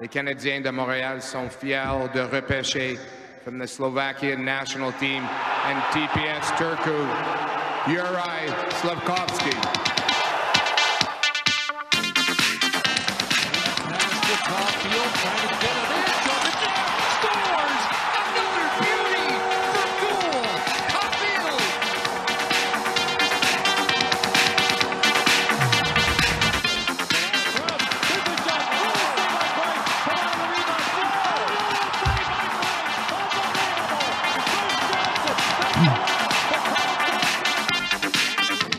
Les Canadiens de Montréal sont fiers de repêcher from the Slovakian national team and TPS Turku, Juraj Slavkovsky. Caulfield trying to get it in. Jordan scores! Another beauty for Gould. Caulfield. Here's a shot. Gould save by Price. Put on the rebound. Gould save by Price. Unbelievable. Bruce Johnson.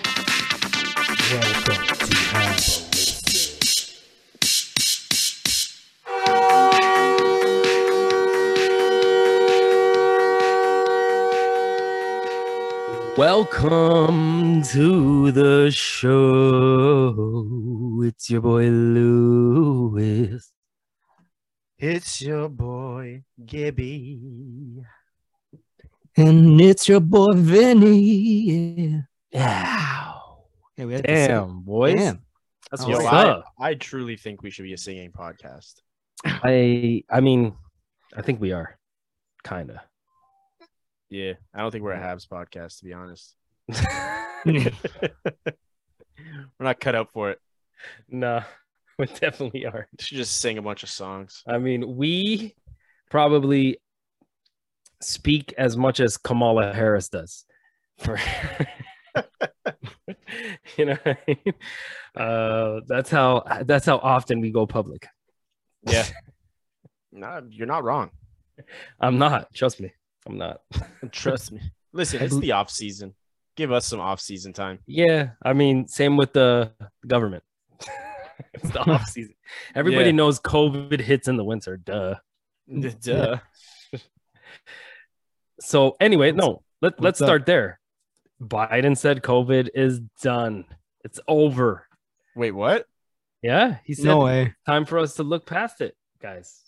They go out. The crowd Welcome to goes Apple. Welcome to the show. It's your boy Lewis. It's your boy Gibby. And it's your boy Vinny. Yeah. Yeah, we had to say it. Damn, boys. Damn. That's Oh, what's Yo, I, up. I truly think we should be a singing podcast. I I mean, I think we are. Kinda. Yeah. I don't think we're a Habs podcast, to be honest. we're not cut out for it. no, we definitely are. We should just sing a bunch of songs. I mean, we probably speak as much as Kamala Harris does. For you know, what I mean? uh, that's how that's how often we go public. Yeah. no, you're not wrong. I'm not. Trust me, I'm not. Trust me. Listen, it's the off season. Give us some off season time. Yeah, I mean, same with the government. it's the off season. Everybody Yeah. knows COVID hits in the winter. Duh. Duh. So anyway, no, let, let's what's up? start there. Biden said COVID is done. It's over. Wait, what? Yeah, he said No way. time for us to look past it, guys.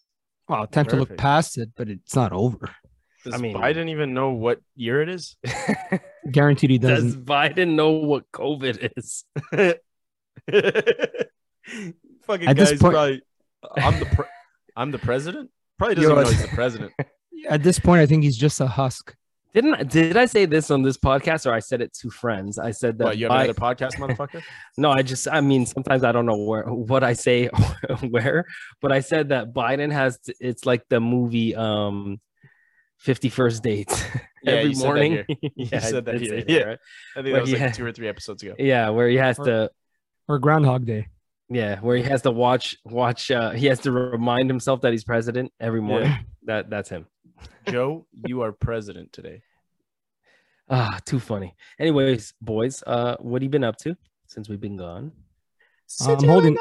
Well, time to look Perfect. past it, but it's not over. Does I mean- Biden even know what year it is? Guaranteed he doesn't. Does Biden know what COVID is? Fucking At this guy's point- probably I'm the pre- I'm the president? Probably doesn't Yo, even know he's the president. At this point, I think he's just a husk. Didn't I, did I say this on this podcast or I said it to friends? I said that. What, you have Bi- another podcast, motherfucker? no, I just I mean sometimes I don't know where what I say or where, but I said that Biden has t- it's like the movie um 51st dates every you said that morning. here. yeah, I said that did here, say yeah. right? I But think that was yeah. like two or three episodes ago. yeah, where he has Or- to Or Groundhog Day. Yeah, where he has to watch watch uh he has to remind himself that he's president every morning. That that's him. Joe, you are president today. Ah, too funny. Anyways, boys, uh what have you been up to since we've been gone? I'm holding.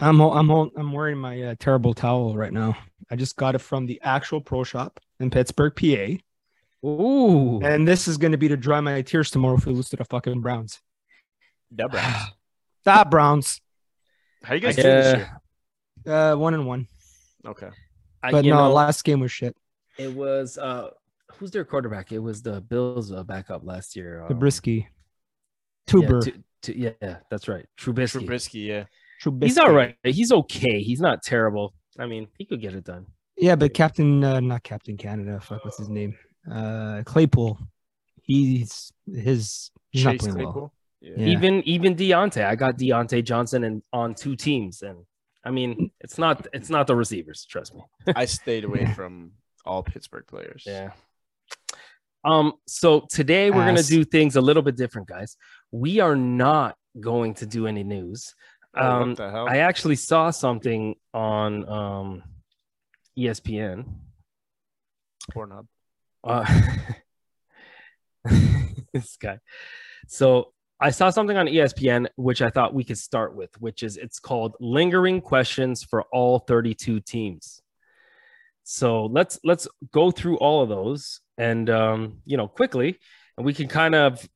I'm ho- I'm hol- I'm wearing my uh, terrible towel right now. I just got it from the actual pro shop in Pittsburgh, PA. Ooh. And this is going to be to dry my tears tomorrow if we lose to the fucking Browns. Debra. How That Browns, you guys I- doing this Yeah. year? uh, one and one. Okay. I, But Uh, you no, know, last game was shit. it was uh who's their quarterback? It was the Bills uh, backup last year. The um, Brisky, yeah, Tuber, Tu- Tu- yeah, that's right. Trubisky. Trubisky, yeah. He's Trubisky. all right. He's okay. He's not terrible. I mean, he could get it done. Yeah, but Captain, uh, not Captain Canada. Fuck, what's his name? Uh, Claypool. He's his. He's not Chase playing well. Claypool? Yeah. Yeah. Even even Deontay, I got Deontay Johnson and on two teams, and I mean it's not it's not the receivers. Trust me. I stayed away Yeah. from all Pittsburgh players. Um. So today we're gonna Ass. do things a little bit different, guys. We are not going to do any news. Oh, Um. what the hell? I actually saw something on um, E ESPN. Pornhub. Uh, this guy. So I saw something on E ESPN, which I thought we could start with, which is it's called "Lingering Questions for All 32 Teams." So let's let's go through all of those, and um, you know, quickly, and we can kind of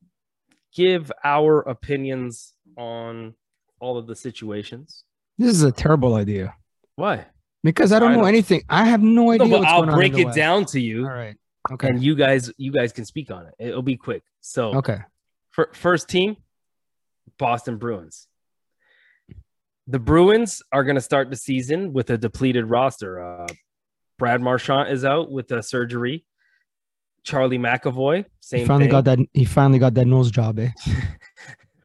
give our opinions on all of the situations. This is a terrible idea Why? because I don't I know don't- anything. I have no idea. No, but what's going on I'll in break the it West. down to you, All right. Okay. and you guys, you guys can speak on it. It'll be quick. So, okay. fir- first team, Boston Bruins. the Bruins are going to start the season with a depleted roster. Uh, Brad Marchand is out with a surgery. Charlie He McAvoy, same finally thing. got that. He finally got that nose job, eh?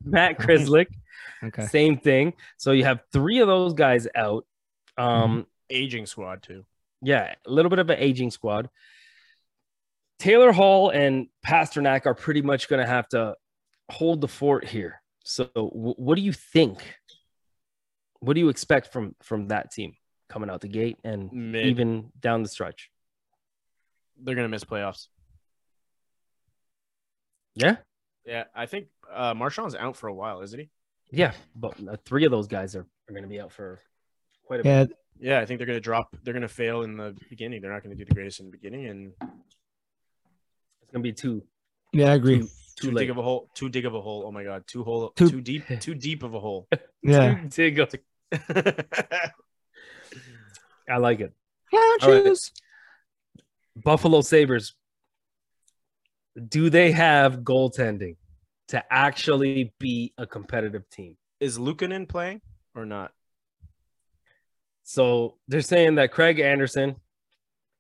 Matt Krislick, Okay. same thing. So you have three of those guys out. Mm-hmm. Um, Aging squad too. yeah, a little bit of an aging squad. Taylor Hall and Pasternak are pretty much going to have to hold the fort here. So, wh- what do you think? What do you expect from from that team coming out the gate and Mid. even down the stretch? They're gonna miss playoffs. Yeah, Yeah, I think uh Marshawn's out for a while, isn't he? yeah, but uh, three of those guys are, are going to be out for quite a bit. Yeah, Yeah, I think they're gonna drop. They're gonna fail in the beginning. They're not gonna do the greatest in the beginning, and It's going to be too yeah, I agree. too, too, too late. dig of a hole. Too dig of a hole. Oh my god, too hole. Too- too deep. Too deep of a hole. Yeah. Too dig of- I like it. Couches. Buffalo Sabres, do they have goaltending to actually be a competitive team? Is Lukanen playing or not? So they're saying that Craig Anderson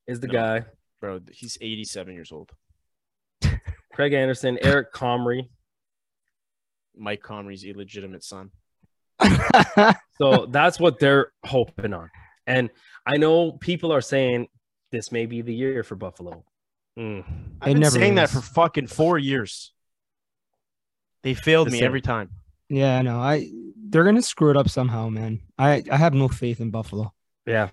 is the No. guy. Bro, he's 87 years old. Craig Anderson, Eric Comrie. Mike Comrie's illegitimate son. So that's what they're hoping on. And I know people are saying this may be the year for Buffalo. Mm. It I've been never saying that is. for fucking four years. They failed The me same. every time. yeah, no, I. They're gonna screw it up somehow, man. I I have no faith in Buffalo. Yeah.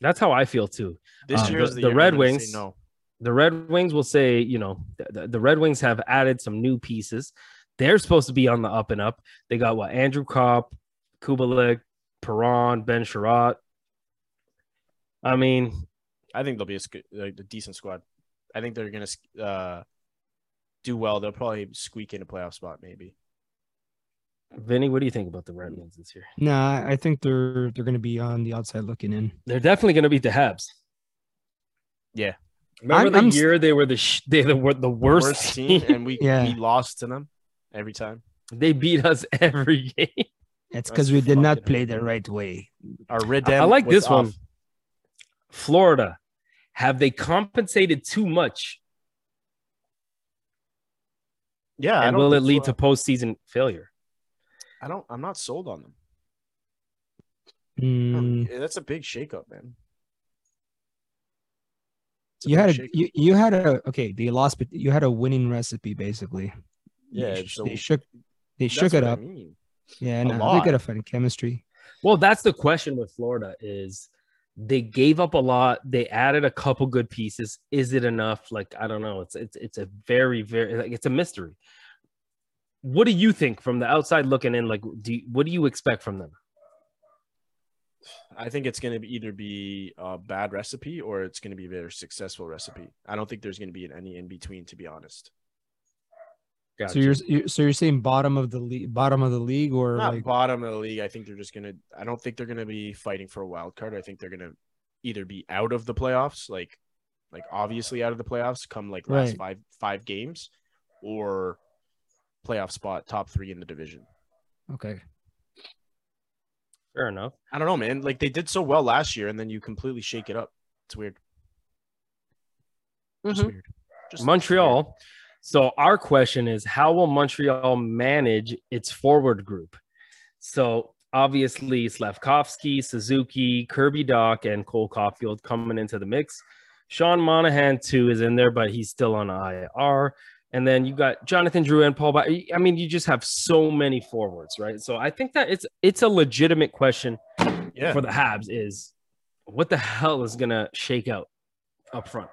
That's how I feel too. This Um, year the- is the, the year Red I'm gonna say Wings- No, the Red Wings will say, you know, th- th- the Red Wings have added some new pieces. They're supposed to be on the up and up. They got what Andrew Kopp, Kubalik, Perron, Ben Sherratt. I mean, I think they'll be a, sc- like, a decent squad. I think they're gonna uh, do well. They'll probably squeak in a playoff spot, maybe. Vinny, what do you think about the Red Wings this year? Nah, I think they're they're gonna be on the outside looking in. They're definitely going to beat the Habs. Yeah. Remember I'm- the I'm s- year they were the sh- they the, were the worst, Worst team. team, and we Yeah. we lost to them every time. they beat us every Hmm. game. It's That's because we did not fucking play the right way. Our red. I- I Dem like was this one. off. Florida, have they compensated too much, Yeah, I and don't will it think lead so. to postseason failure? I don't. I'm not sold on them. Hmm. Mm, Yeah, That's a big shakeup, man. It's a you big had a, shakeup. you, you had a okay. They lost, but you had a winning recipe basically. Yeah, they, sh- so they shook they That's shook it what I up. mean. Yeah, A no, lot. they got a fun chemistry. Well, that's the question with Florida is they gave up a lot. They added a couple good pieces. Is it enough? Like I don't know. It's it's it's a very very like it's a mystery. What do you think from the outside looking in? Like, do you, what do you expect from them? I think it's going to either be a bad recipe or it's going to be a very successful recipe. I don't think there's going to be any in between, to be honest. So you're, you're so you're saying bottom of the league, bottom of the league, or Not like bottom of the league. I think they're just going to. I don't think they're going to be fighting for a wild card. I think they're going to either be out of the playoffs, like, like obviously out of the playoffs, come like last Right. five five games, or playoff spot top three in the division. okay, fair enough. I don't know, man. Like they did so well last year, and then you completely shake it up. It's weird. Just Mhm. weird. Just Montreal. So our question is, how will Montreal manage its forward group? So obviously Slavkovsky, Suzuki, Kirby Doc, and Cole Caulfield coming into the mix. Sean Monahan too is in there, but he's still on IR. And then you got Jonathan Drew and Paul. Ba- I mean, you just have so many forwards, right? So I think that it's it's a legitimate question weird. Yeah. for the Habs is what the hell is gonna shake out up front?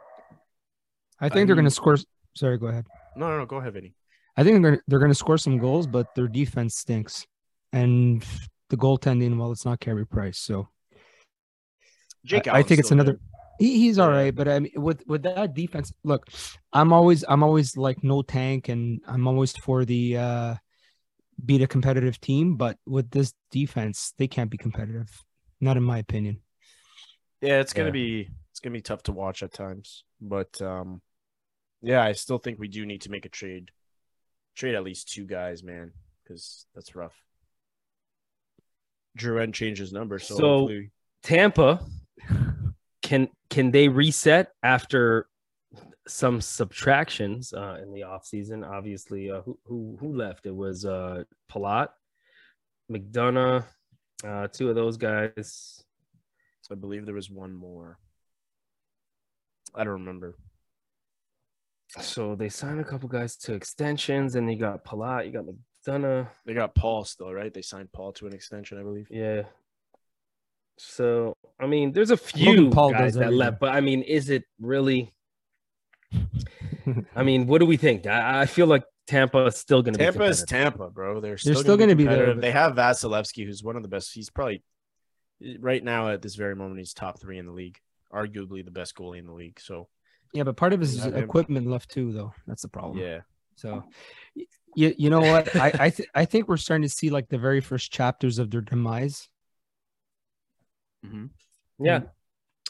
I think they're gonna mean- score. Sorry, go ahead. No, no, no. Go ahead, Vinny. I think they're gonna, they're gonna score some goals, but their defense stinks, and the goaltending. Well, it's not Carey Price, so Jake, I, I think it's another. He, he's all Yeah. right, but I mean, with with that defense, look, I'm always I'm always like no tank, and I'm always for the uh beat a competitive team. But with this defense, they can't be competitive. Not in my opinion. Yeah, it's gonna Yeah. be it's gonna be tough to watch at times, but um, yeah, I still think we do need to make a trade, trade at least two guys, man, because that's rough. Duran changed his number, so, So- hopefully- Tampa can can they reset after some subtractions uh, in the offseason? Obviously, uh, who, who who left? It was uh, Palat, McDonough, uh, two of those guys. I believe there was one more. I don't remember. So they signed a couple guys to extensions, and you got Palat, you got McDonough. They got Paul still, right? They signed Paul to an extension, I believe. Yeah. So I mean, there's a Logan few Paul does guys that everything. left, but I mean, is it really? I mean, what do we think? I, I feel like Tampa is still going to be. Tampa is competitive. Tampa, bro. They're They're still, still going gonna to be be there, competitive. but- They have Vasilevsky, who's one of the best. He's probably right now at this very moment, he's top three in the league, arguably the best goalie in the league. So Yeah, but part of his Yeah, man. equipment left too, though. That's the problem. yeah, So, you, you know what? I I, th- I think we're starting to see like the very first chapters of their demise. Yeah,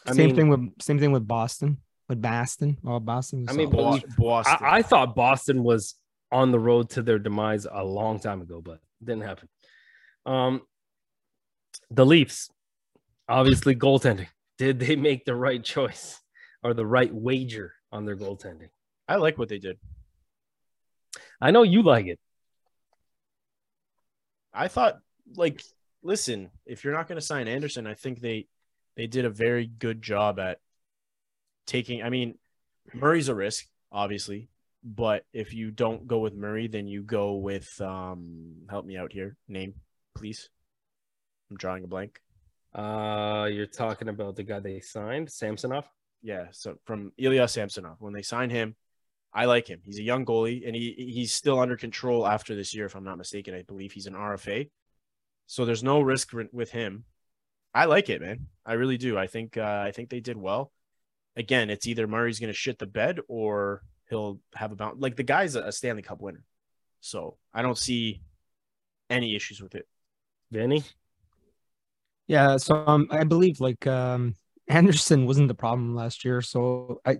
I same mean- thing with same thing with Boston. With Boston, oh Boston. was I mean, solid. Bo- Bo- Boston. I, I thought Boston was on the road to their demise a long time ago, but didn't happen. Um, the Leafs, obviously, goaltending. Did they make the right choice or the right wager on their goaltending? I like what they did. I know you like it. I thought like listen, if you're not going to sign Anderson, I think they they did a very good job at taking I mean, Murray's a risk, obviously, but if you don't go with Murray, then you go with um help me out here. Name, please. I'm drawing a blank. Uh, you're talking about the guy they signed, Samsonov. Yeah, so from Ilya Samsonov. When they sign him, I like him. He's a young goalie and he he's still under control after this year, if I'm not mistaken. I believe he's an RFA. So there's no risk ri- with him. I like it, man. I really do. I think uh, I think they did well. Again, it's either Murray's going to shit the bed or he'll have a bounce. Like the guy's a a Stanley Cup winner, so I don't see any issues with it. Vinny, Yeah, so um, I believe like um, Anderson wasn't the problem last year, so I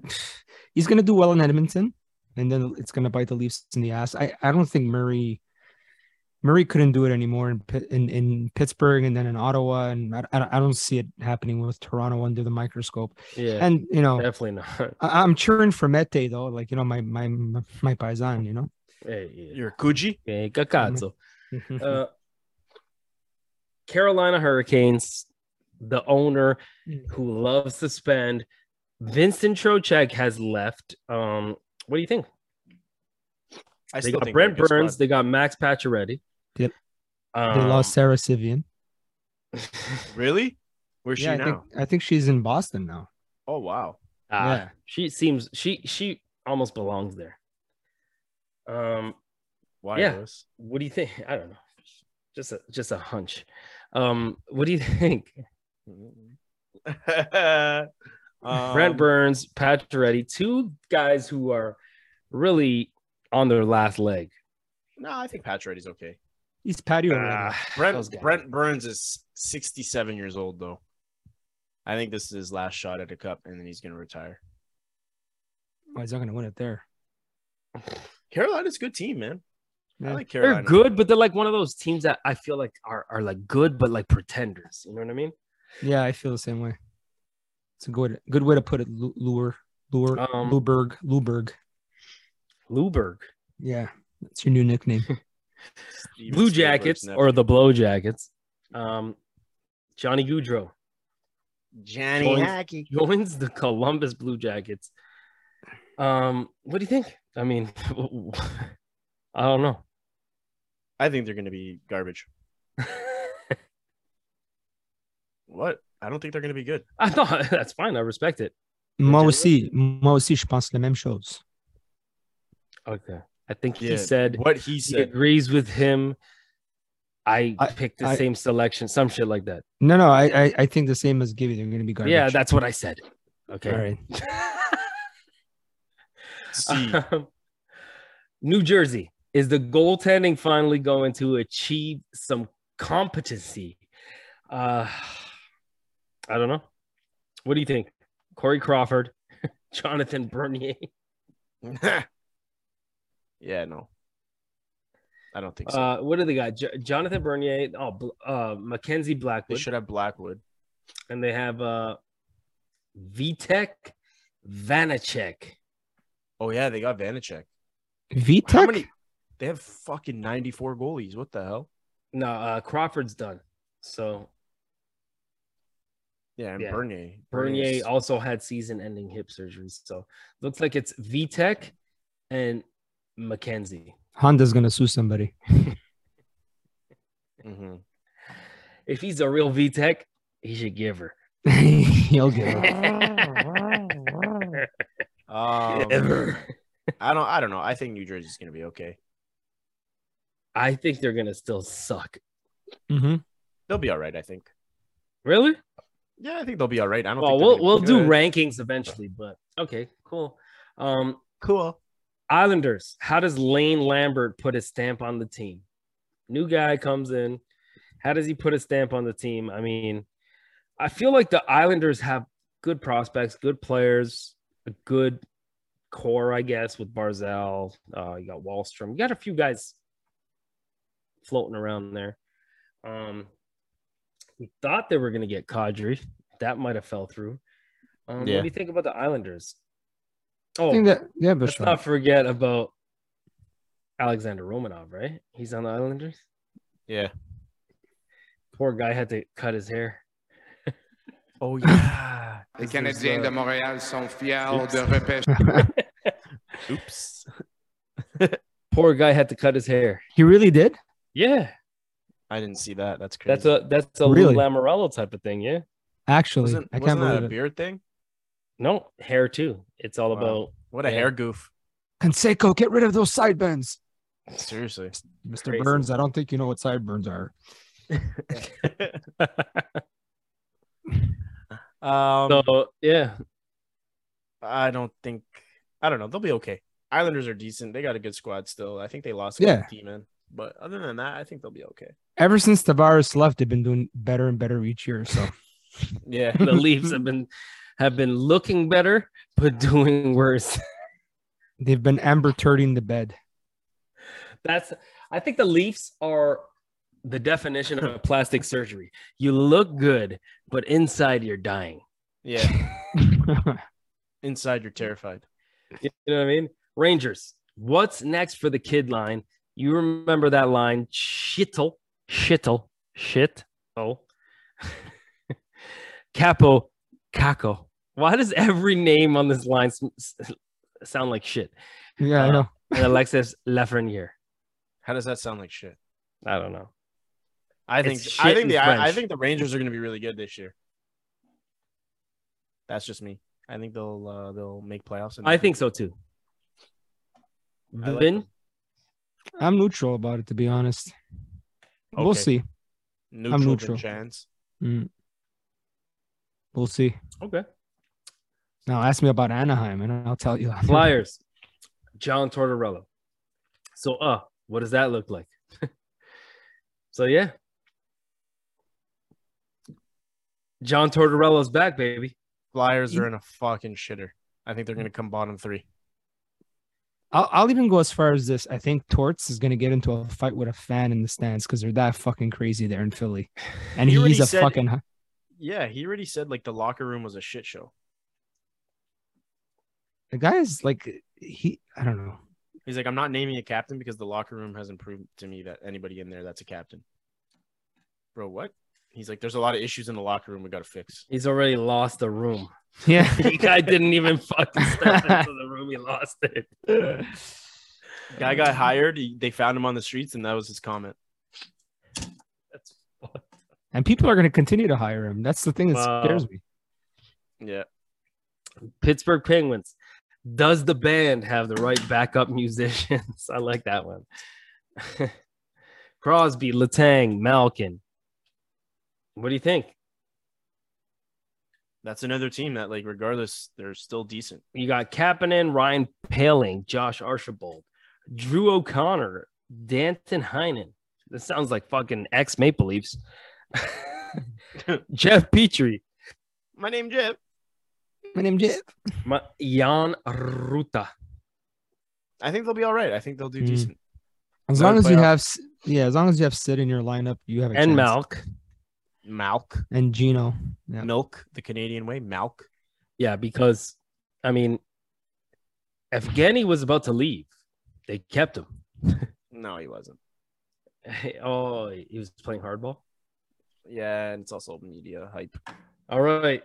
he's gonna do well in Edmonton, and then it's gonna bite the Leafs in the ass. I, I don't think Murray Murray couldn't do it anymore in Pit- in, in Pittsburgh and then in Ottawa, and I, I I don't see it happening with Toronto under the microscope. yeah, And you know, definitely not. I, I'm cheering for Mete though, like you know my my my paisan, you know. Hey, yeah. You're Kuji. Okay, cacazzo. Uh, Carolina Hurricanes, the owner who loves to spend, Vincent Trocek has left. Um, what do you think? They I still got think they're a Brent good squad. Burns, they got Max Pacioretty. Yep. Um, they lost Sarah Sivian. Really? Where's yeah, she I now? think I think she's in Boston now. Oh wow. Ah, Yeah. she seems she she almost belongs there. Um, Why? Yeah. Lewis? what do you think? I don't know. Just a just a hunch. Um, what do you think? Um, Brent Burns, Pat Reddy, two guys who are really on their last leg. No, I think Pat Reddy's okay. He's patio. already. Ah, those Brent guys. Brent Burns is 67 years old though. I think this is his last shot at a cup, and then he's going to retire. Oh, he's not gonna win it there. Carolina's a good team, man. I Yeah. like they're Carolina. good, but they're like one of those teams that I feel like are are like good, but like pretenders. You know what I mean? Yeah, I feel the same way. It's a good good way to put it. Lu- Lure, lure, Um, Luberg, Luberg. Luberg, Yeah, that's your new nickname. Steven Blue Spielberg's Jackets, nephew. or the Blow Jackets. Um, Johnny Goudreau Johnny Joins- Hackey. joins the Columbus Blue Jackets. Um, what do you think? I mean, I don't know. I think they're going to be garbage. What? I don't think they're going to be good. I thought that's fine. I respect it. Moi aussi, moi aussi, je pense la même chose. Okay. I think he Yeah, said What he he said. agrees with him. I, I- picked the I- same selection, some shit like that. No, no, I I, I think the same as Gibby. They're gonna be garbage. Yeah, that's what I said. all Okay. right. C. Um, New Jersey is the goaltending finally going to achieve some competency? Uh, I don't know. What do you think? Corey Crawford, Jonathan Bernier. yeah, no. I I don't think so. Uh, what do they got? J- Jonathan Bernier, oh, Bl- uh, Mackenzie they Blackwood, should have Blackwood. and they have uh, Vitek Vanacek. Oh yeah, they got Vanacek. Vitek. How many? They have fucking 94 goalies. What the hell? No, uh, Crawford's done. So Yeah, and Yeah. Bernier. Bernier Bernier's- also had season-ending hip surgery. So looks like it's Vitek and Mackenzie. Honda's gonna sue somebody. Mhm. If he's a real VTech, he should give her. He'll get it. Um, Ever. I don't. I don't know. I think New Jersey's gonna be okay. I think they're gonna still suck. Mhm. They'll be all right. I think. Really? Yeah, I think they'll be all right. I don't. Well, think they're we'll gonna be we'll do good. rankings eventually, but okay, cool. Um, Cool. Islanders. How does Lane Lambert put his stamp on the team? New guy comes in. How does he put a stamp on the team? I mean, I feel like the Islanders have good prospects, good players, a good core, I guess, with Barzell. Uh, you got Wallstrom. You got a few guys floating around there. Um, we thought they were going to get Kadri. That might have fell through. Um, Yeah. What do you think about the Islanders? Oh, I think that yeah, Let's Bushra. not forget about Alexander Romanov, right? He's on the Islanders. Yeah. Poor guy had to cut his hair. Oh yeah. Les uh, Canadiens de Montréal sont fiers de Oops. repêcher. Oops. Poor guy had to cut his hair. he really did. Yeah, I didn't see that. That's crazy. that's a that's a Really? Lou Lamorello type of thing. Yeah, Actually, Wasn't, I can't wasn't that believe a it. beard thing? no hair too. It's all Wow. What a Yeah. hair goof. Conseco, get rid of those sideburns. Seriously. Mr. Crazy. Burns, I don't think you know what sideburns are. about. Um, so yeah, I don't think. I don't know. They'll be okay. Islanders are decent. They got a good squad still. I think they lost. Yeah. Demon. But other than that, I think they'll be okay. Ever since Tavares left, they've been doing better and better each year. So Yeah. the Leafs have been have been looking better, but doing worse. they've been amber turning the bed. That's I think the Leafs are the definition of plastic surgery. You look good, but inside you're dying. Yeah. Inside, you're terrified. You know what I mean? Rangers, what's next for the kid line? You remember that line, shittle, shittle, shit. Oh, capo, caco. Why does every name on this line s- s- sound like shit? yeah, I know. And Alexis Lafreniere. How does that sound like shit? I don't know. I think. It's I shit think in the. I, I French. think the Rangers are going to be really good this year. That's just me. I think they'll uh, they'll make playoffs. And I think so too. I like Vin, them. I'm neutral about it to be honest. We'll Okay. see. neutral, neutral. chance. Mm. We'll see. okay. Now ask me about Anaheim, and I'll tell you. Flyers, John Tortorella. So, uh, what does that look like? so, yeah. John Tortorella's back, baby. Flyers You- are in a fucking shitter. I think they're Mm. going to come bottom three. I'll, I'll even go as far as this. I think Torts is going to get into a fight with a fan in the stands because they're that fucking crazy there in Philly, and He already he's a said- fucking. hu- Yeah, he already said like the locker room was a shit show. The guy is like he. I don't know. He's like, I'm not naming a captain because the locker room hasn't proved to me that anybody in there that's a captain. Bro, what? He's like, there's a lot of issues in the locker room we got to fix. He's already lost the room. Yeah. the guy didn't even fucking step into the room. He lost it. Guy got hired. he- they found him on the streets, and that was his comment. That's And people are going to continue to hire him. That's the thing that Wow. scares me. Yeah. Pittsburgh Penguins. Does the band have the right backup musicians? I like that one. Crosby, Latang, Malkin. What do you think? That's another team that, like, regardless, they're still decent. You got Kapanen, Ryan Paling, Josh Archibald, Drew O'Connor, Danton Heinen. This sounds like fucking ex Maple Leafs. Jeff Petrie, My name Jeff. My name's Jeff. Ma- Jan Ruta. I think they'll be all right. I think they'll do Mm. decent. As Not long in as you playoff. have, S- yeah, as long as you have Sid in your lineup, you have a and chance. Malk. Malk, and Gino. Yeah. milk the Canadian way. Malk. Yeah, because I mean, Evgeny was about to leave. They kept him. No, he wasn't. oh, he was playing hardball. Yeah, and it's also media hype. All right.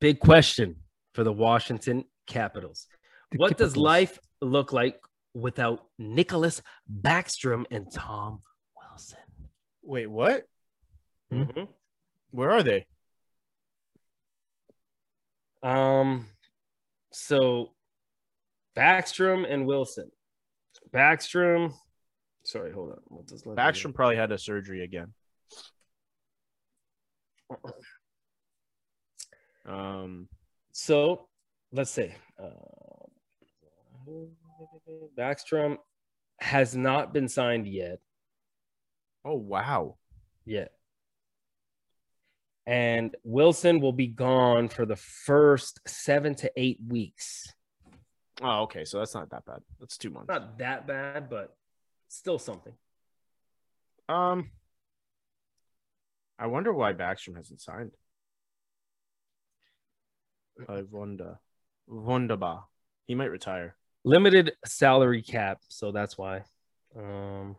Big question for the Washington Capitals. The what does Capitals. life look like without Nicholas Backstrom and Tom Wilson? Wait, what? Mm-hmm. Where are they? Um, so Backstrom and Wilson. Backstrom. Sorry, hold on. What does life look like- Backstrom probably had a surgery again. Um, So let's say uh, Backstrom has not been signed yet. oh wow. yet. And Wilson will be gone for the first seven to eight weeks. Oh, okay. So that's not that bad. That's two months. Not that bad, but still something. Um, I wonder why Backstrom hasn't signed. I wonder. Wunderbar. He might retire. Limited salary cap, so that's why. Um,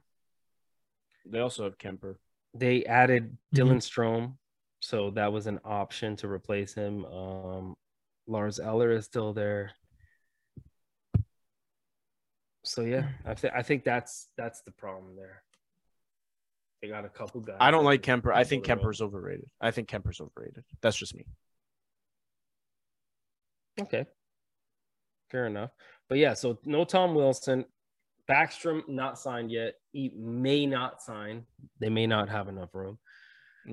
They also have Kemper. they added Dylan Strom, so that was an option to replace him. Um, Lars Eller is still there. So yeah, I, th- I think that's that's the problem there. They got a couple guys. I don't that like could Kemper. I think fill the role. Kemper's overrated. I think Kemper's overrated. That's just me. Okay. Fair enough. But yeah, so no Tom Wilson. Backstrom not signed yet. He may not sign. They may not have enough room.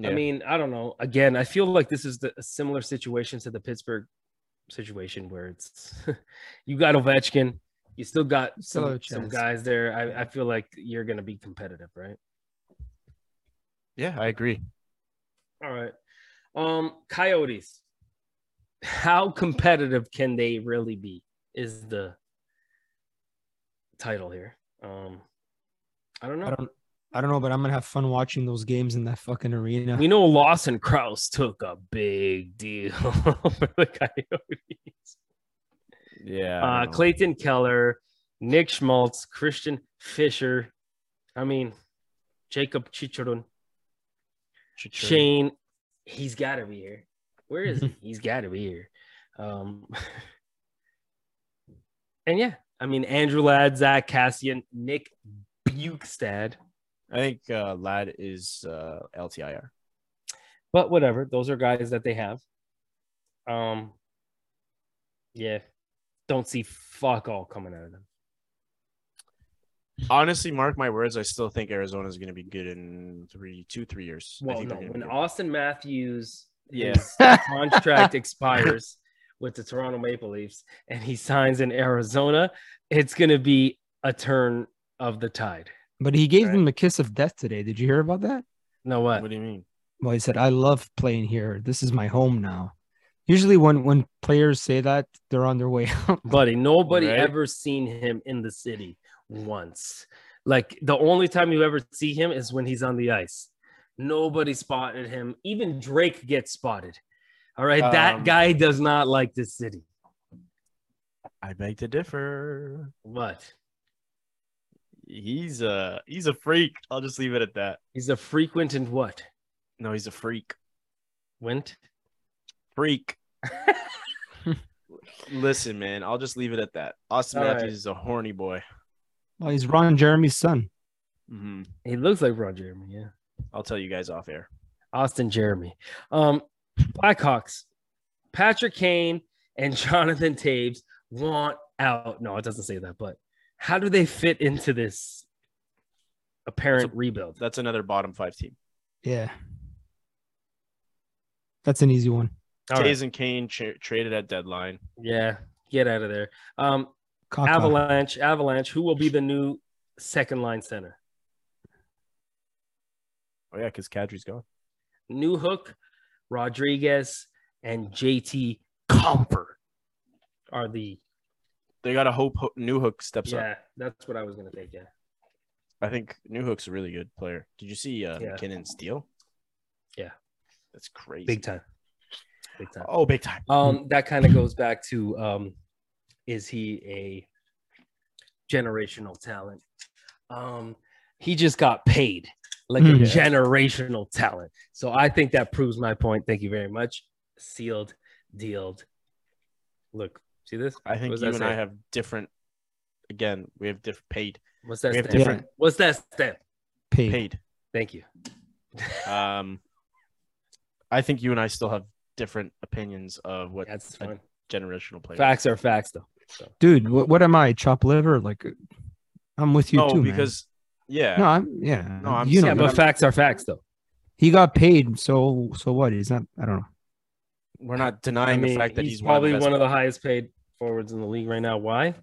I mean, I don't know. Again, I feel like this is the, a similar situation to the Pittsburgh situation where it's you got Ovechkin, you still got Still have some, a some chance. guys there. I, I feel like you're going to be competitive, right? yeah, I agree. All right. Um, Coyotes. How competitive can they really be? Is the title here? Um, I don't know. I don't. I don't know, but I'm gonna have fun watching those games in that fucking arena. we know Lawson Kraus took a big deal for the Coyotes. Yeah. I Uh, don't know. Clayton Keller, Nick Schmaltz, Christian Fisher. I mean, Jacob Chicharron, Chicharito. Shane. He's got to be here. Where is he? He's got to be here. Um, and yeah, I mean Andrew Ladd, Zach Cassian, Nick Bukestad, I think uh, Lad is uh, LTIR. but whatever. Those are guys that they have. Um, yeah, don't see fuck all coming out of them. Honestly, mark my words. I still think Arizona is going to be good in three, two, three years. I Well, think no, they're gonna when be good. Austin Matthews, Yeah. his contract expires with the Toronto Maple Leafs and he signs in Arizona, it's gonna be a turn of the tide. But he gave Right. them the kiss of death today. Did you hear about that? No what? what do you mean? Well, he said, "I love playing here. This is my home now." Usually, when when players say that, they're on their way out. buddy. Nobody Right? ever seen him in the city once. Like the only time you ever see him is when he's on the ice. Nobody spotted him. Even Drake gets spotted. All right, Um, that guy does not like this city. I beg to differ. What? He's a he's a freak. I'll just leave it at that. He's a frequent and what? No, he's a freak. Went? Freak. Listen, man, I'll just leave it at that. Austin All right. Matthews is a horny boy. Well, he's Ron Jeremy's son. hmm He looks like Ron Jeremy, yeah. I'll tell you guys off air. Austin Jeremy. Um, Blackhawks, Patrick Kane and Jonathan Taves want out. No, it doesn't say that, but how do they fit into this apparent That's a- rebuild? That's another bottom five team. Yeah, that's an easy one. All right. Tays and Kane tra- traded at deadline. Yeah, get out of there. Um, Kaka. Avalanche, Avalanche, who will be the new second line center? Oh yeah, because Kadri's gone. New Hook, Rodriguez, and JT Comper are the They got to hope Ho- New Hook steps up. yeah, that's what I was gonna take. Yeah. I think Newhook's a really good player. Did you see uh, Yeah. McKinnon steal? Yeah. that's crazy. big time, big time. Oh, big time. Um, that kind of goes back to um, is he a generational talent? Um, he just got paid like a Hmm. Mm. Yeah. generational talent. So I think that proves my point. Thank you very much. Sealed, dealed. Look, see this? I What think does you that and I say? have different. Again, we have different paid, What's that? We have Stamp? different- What's that stamp? Paid. paid. Thank you. Um, I think you and I still have different opinions of what That's a fine. generational player. Facts are facts, though. Dude, what, what am I? Chop liver? Like, I'm with you no, too, man. because yeah, no, I'm yeah. No, I'm you know, yeah, but that. facts are facts, though. he got paid, so so what? He's not. I don't know. we're not I denying mean, the fact that he's, he's, probably one of the, one of the highest paid forwards in the league right now. Why?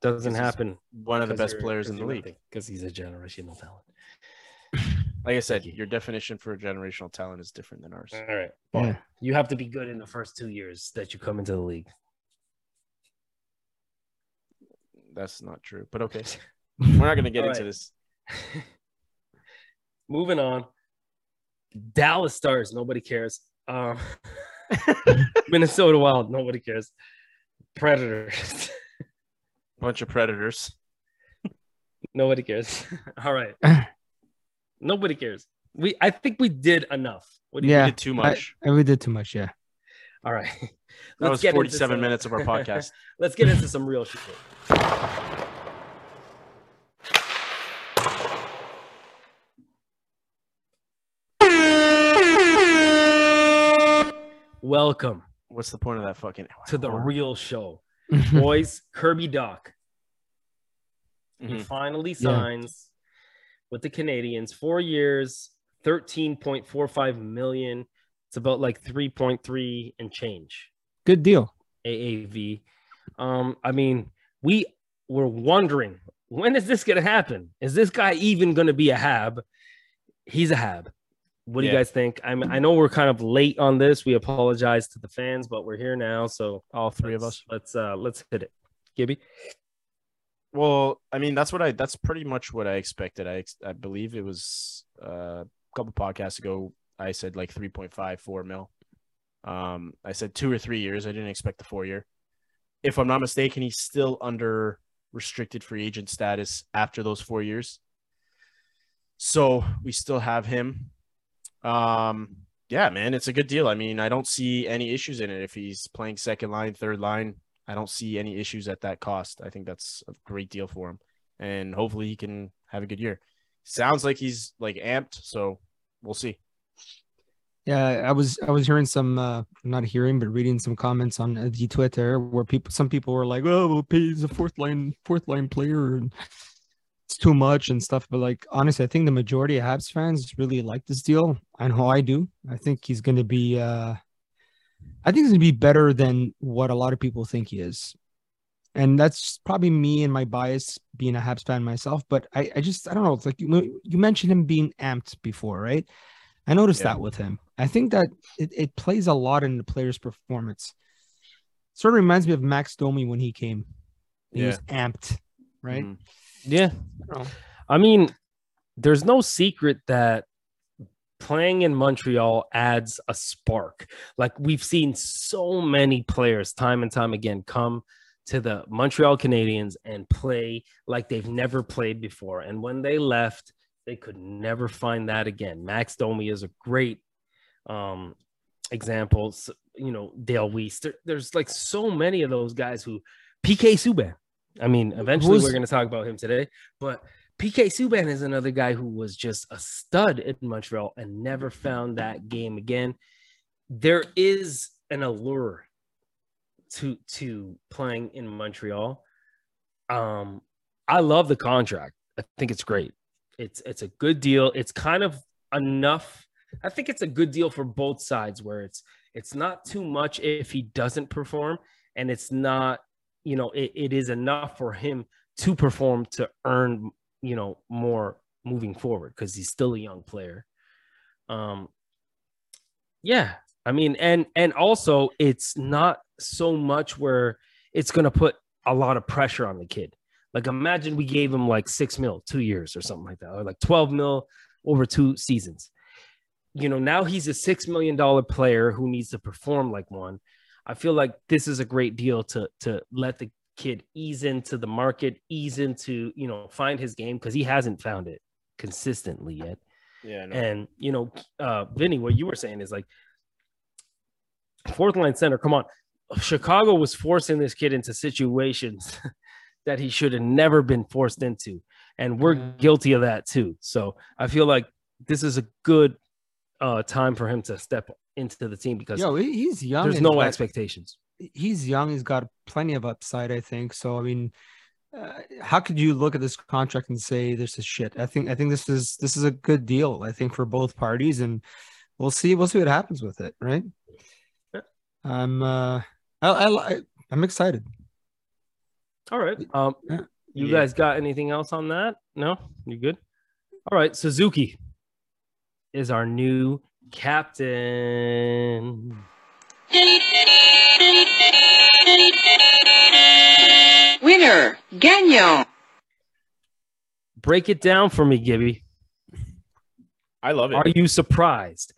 Doesn't Because he's happen. best, one of the best players in the league. because he's a generational talent. Like I said, Thank you. your definition for a generational talent is different than ours. All right. Well, Yeah. you have to be good in the first two years that you come into the league. That's not true, but okay. We're not going to get All into right. this. Moving on. Dallas Stars, nobody cares. Um, Minnesota Wild, nobody cares. Predators, Bunch of predators. nobody cares. All right. nobody cares. We I think we did enough. What do you Yeah, We did too much. I, we did too much. Yeah. All right. that was get into 47 some- minutes of our podcast. Let's get into some real shit. Welcome What's the point of that fucking to the hour? real show. Hmm. Boys, Kirby Doc. He Mhm. finally signs with the Canadians. Four years, 13.45 million. It's about like 3.3 and change. Good deal. AAV. Um, I mean, we were wondering when is this going to happen? Is this guy even going to be a Hab? He's a Hab. What do you Yeah. guys think? I mean, I know we're kind of late on this. We apologize to the fans, but we're here now, so All three of let's- us. Let's uh, let's hit it, Gibby. Well, I mean, that's what I. That's pretty much what I expected. I ex- I believe it was uh, a couple podcasts ago. I said like 3.5, 4 mil. Um, I said two or three years. I didn't expect the four year. If I'm not mistaken, he's still under restricted free agent status after those four years. So we still have him. Um, yeah, man, it's a good deal. I mean, I don't see any issues in it if he's playing second line, third line. I don't see any issues at that cost. I think that's a great deal for him, and hopefully he can have a good year. Sounds like he's like amped, so we'll see. Yeah, I was I was hearing some uh not hearing but reading some comments on uh, the Twitter where people some people were like, "Oh, well, he's a fourth line fourth line player and it's too much and stuff." But like honestly, I think the majority of Habs fans really like this deal. I know I do. I think he's going to be uh I think he's going to be better than what a lot of people think he is. And that's probably me and my bias being a Habs fan myself, but I I just I don't know, it's like you you mentioned him being amped before, right? I noticed Yeah. that with him. I think that it, it plays a lot in the player's performance. Sort of reminds me of Max Domi when he came. He was amped, right? Mm-hmm. Mhm. Yeah. Oh. I mean, there's no secret that playing in Montreal adds a spark. Like we've seen so many players time and time again come to the Montreal Canadiens and play like they've never played before. And when they left, they could never find that again. Max Domi is a great um example. S- you know, Dale Weiss. There- there's like so many of those guys who PK Subban. I mean, eventually Who's- we're going to talk about him today, but PK Subban is another guy who was just a stud in Montreal and never found that game again. There is an allure to to playing in Montreal. Um, I love the contract. I think it's great. It's it's a good deal. It's kind of enough. I think it's a good deal for both sides where it's it's not too much if he doesn't perform and it's not, you know, it, it is enough for him to perform to earn, you know, more moving forward because he's still a young player. Um yeah, I mean, and and also it's not so much where it's gonna put a lot of pressure on the kid. Like imagine we gave him like six mil, two years or something like that, or like 12 mil over two seasons. You know, now he's a six million dollar player who needs to perform like one. I feel like this is a great deal to to let the kid ease into the market, ease into, you know, find his game because he hasn't found it consistently yet. Yeah, no. And you know, uh, Vinny, what you were saying is like fourth line center. Come on, Chicago was forcing this kid into situations that he should have never been forced into, and we're guilty of that too. So I feel like this is a good uh, time for him to step into the team because Yo, he- he's young. there's and no got- expectations. He's young. He's got plenty of upside, I think. So I mean, uh, how could you look at this contract and say this is shit? I think I think this is this is a good deal. I think for both parties, and we'll see we'll see what happens with it. Right? Yeah. I'm uh, I, I li- I'm excited. All right. Um, Yeah. you Yeah. guys got anything else on that? No, you good? All right. Suzuki is our new captain. Winner, Gagnon. Break it down for me, Gibby. I love it. Are you surprised?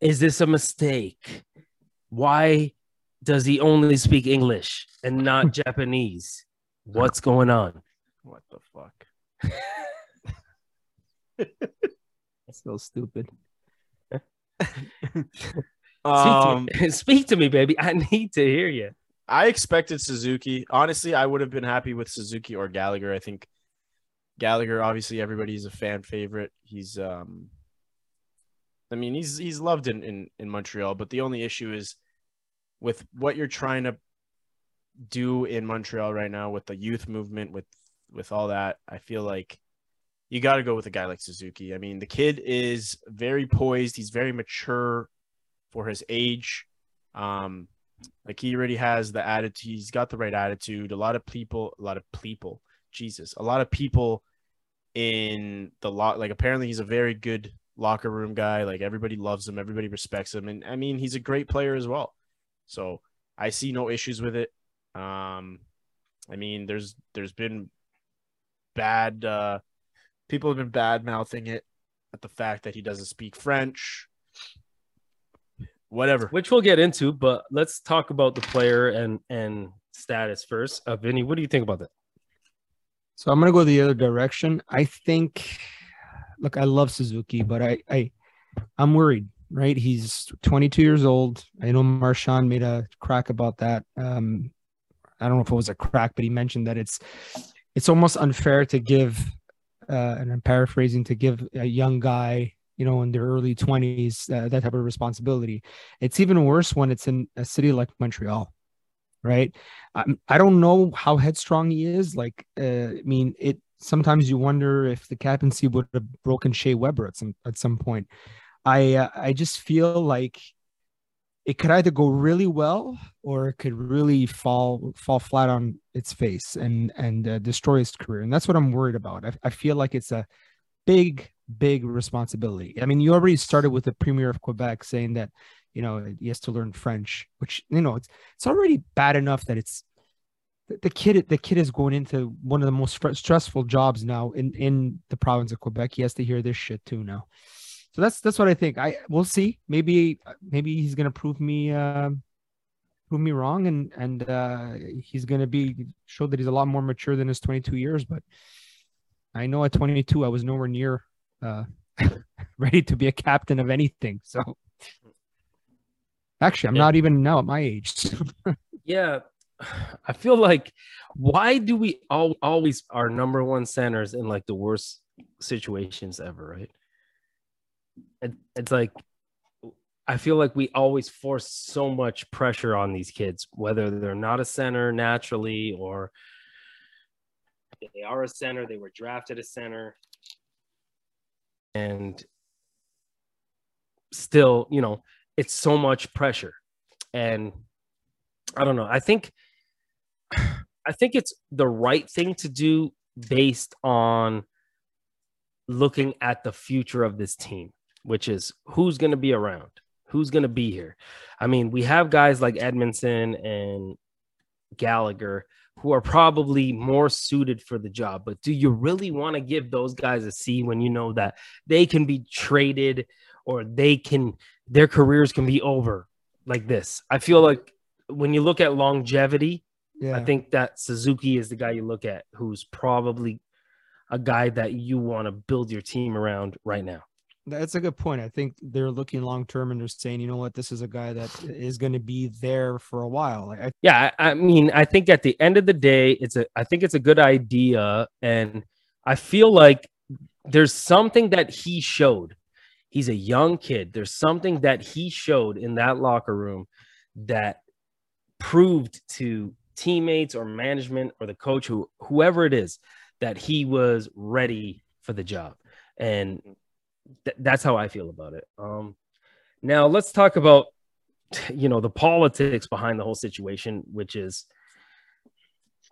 Is this a mistake? Why does he only speak English and not Japanese? What's going on? what the fuck? That's so stupid. Um, Speak, to me. Speak to me, baby. I need to hear you. I expected Suzuki. Honestly, I would have been happy with Suzuki or Gallagher. I think Gallagher, obviously, everybody's a fan favorite. He's, um, I mean, he's he's loved in, in in Montreal, but the only issue is with what you're trying to do in Montreal right now with the youth movement, with with all that. I feel like you got to go with a guy like Suzuki. I mean, the kid is very poised. He's very mature for his age. Um, like he already has the attitude. He's got the right attitude. A lot of people, a lot of people, Jesus, a lot of people in the lot. Like apparently, he's a very good locker room guy. Like everybody loves him. Everybody respects him. And I mean, he's a great player as well. So I see no issues with it. Um, I mean, there's there's been bad uh, people have been bad mouthing it at the fact that he doesn't speak French. Whatever. which we'll get into, but let's talk about the player and and status first. Uh, Vinny, what do you think about that? So I'm gonna go the other direction. I think look, I love Suzuki, but I I I'm worried, right? He's 22 years old. I know Marshawn made a crack about that. Um I don't know if it was a crack, but he mentioned that it's it's almost unfair to give uh and I'm paraphrasing to give a young guy, you know, in their early 20s uh, that type of responsibility. It's even worse when it's in a city like Montreal. Right? I'm, I don't know how headstrong he is. Like, uh, I mean, it. Sometimes you wonder if the captaincy would have broken Shea Weber at some at some point. I uh, I just feel like it could either go really well or it could really fall fall flat on its face and and uh, destroy his career. And that's what I'm worried about. I, I feel like it's a big big responsibility. I mean, you already started with the premier of Quebec saying that you know he has to learn French, which you know it's it's already bad enough that it's the- the kid the kid is going into one of the most fr- stressful jobs now in in the province of Quebec. He has to hear this shit too now. So that's that's what I think. I we'll see. Maybe maybe he's gonna prove me uh, prove me wrong, and and uh, he's gonna be show that he's a lot more mature than his 22 years. But I know at 22 I was nowhere near uh, ready to be a captain of anything. So actually, I'm Yeah. not even now at my age. Yeah, I feel like why do we all always our number one centers in like the worst situations ever, right? It, it's like I feel like we always force so much pressure on these kids, whether they're not a center naturally or they are a center, they were drafted a center, and still, you know, it's so much pressure. And I don't know. I think I think it's the right thing to do based on looking at the future of this team, which is who's going to be around, who's going to be here. I mean, we have guys like Edmondson and Gallagher who are probably more suited for the job. But do you really want to give those guys a C when you know that they can be traded or they can their careers can be over like this? I feel like when you look at longevity, Yeah. I think that Suzuki is the guy you look at who's probably a guy that you want to build your team around right now. That's a good point. I think they're looking long term and they're saying, you know what, this is a guy that is going to be there for a while. Like, I, yeah I, I mean i think at the end of the day it's a i think it's a good idea and i feel like there's something that he showed he's a young kid there's something that he showed in that locker room that proved to teammates or management or the coach who whoever it is that he was ready for the job and th- that's how i feel about it um now let's talk about you know the politics behind the whole situation which is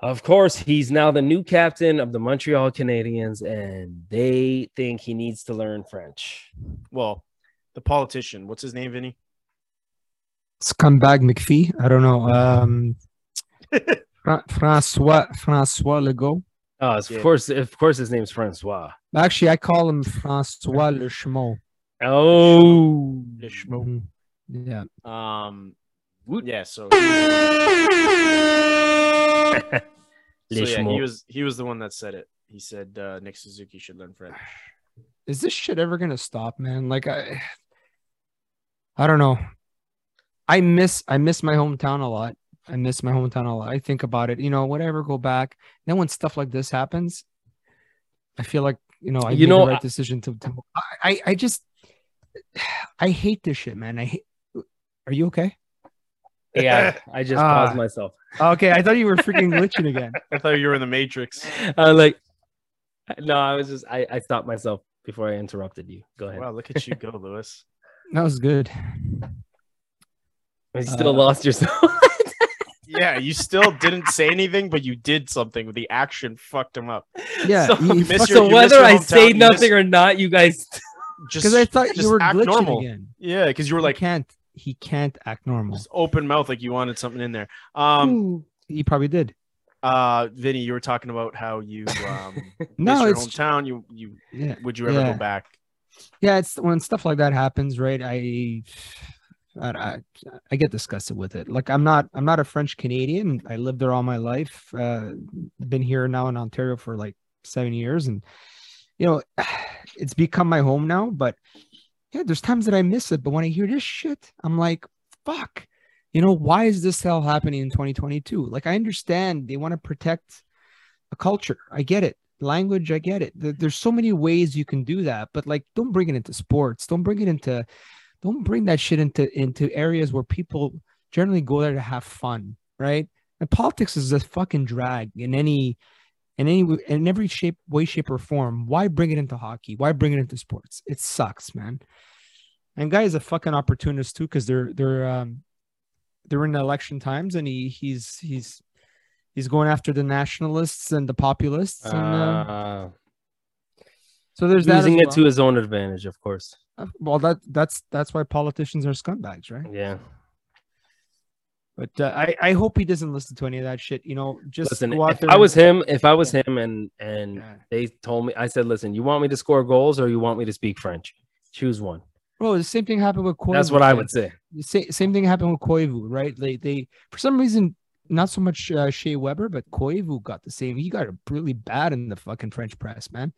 of course he's now the new captain of the montreal canadiens and they think he needs to learn french Well, the politician. What's his name, Vinny? scumbag McPhee. I don't know. Um, Fra- Francois Francois Legault. uh, of Yeah. course of course his name's francois Actually, I call him Francois Le Schmo. oh Mhm. Yeah. Um, yeah. So, so yeah, he Lishmo. was he was the one that said it. He said uh, Nick Suzuki should learn French. Is this shit ever going to stop, man? Like I I don't know. I miss I miss my hometown a lot. I miss my hometown a lot. I think about it, you know, whatever go back. Then when stuff like this happens, I feel like, you know, I You made know, the right decision to, to I I- I just I hate this shit, man. I hate Are you okay? yeah i just Ah. paused myself Okay, I thought you were freaking glitching again. I thought you were in the Matrix. i like no i was just i, I stopped myself before i interrupted you go ahead Wow, look at you go, Lewis. That was good. i still uh, lost yourself Yeah, you still didn't say anything, but you did something. The action fucked him up. Yeah, so, you- you miss fucked your- so you miss whether your i hometown, say you miss- nothing or not you guys Just because I thought just you were act glitching normal. again. Yeah, because you were He like can't he can't act normal. just open mouth, like you wanted something in there. Um, He probably did. uh, Vinny, you were talking about how you um, No, miss it's your hometown. You you yeah, would you ever Yeah. go back? yeah. It's when stuff like that happens, right? I, I, I, I get disgusted with it. Like I'm not, I'm not a French Canadian. I lived there all my life. Uh, been here now in Ontario for like seven years, and you know, it's become my home now. But yeah, there's times that I miss it. But when I hear this shit, I'm like, fuck. You know, why is this hell happening in 2022? Like, I understand they want to protect a culture. I get it. Language, I get it. There- There's so many ways you can do that, but like, don't bring it into sports. Don't bring it into, don't bring that shit into into areas where people generally go there to have fun, right? And politics is a fucking drag in any, in any, w- in every shape, way, shape, or form. Why bring it into hockey? Why bring it into sports? It sucks, man. And guy is a fucking opportunist too, because they're they're um they're in election times, and he he's he's he's going after the nationalists and the populists. And, uh, Uh, so there's that. using as it to his own advantage, of course. well. Uh, well, that that's that's why politicians are scumbags, right? Yeah. But uh, I I hope he doesn't listen to any of that shit. You know, just Listen, go out if there I and- was him, if I was him, and and Yeah. they told me, I said, listen, you want me to score goals or you want me to speak French? Choose one. Bro, the same thing happened with Koivu. That's what I man. would say. The sa- same thing happened with Koivu, right? They they for some reason not so much uh, Shea Weber, but Koivu got the same. He got really bad in the fucking French press, man.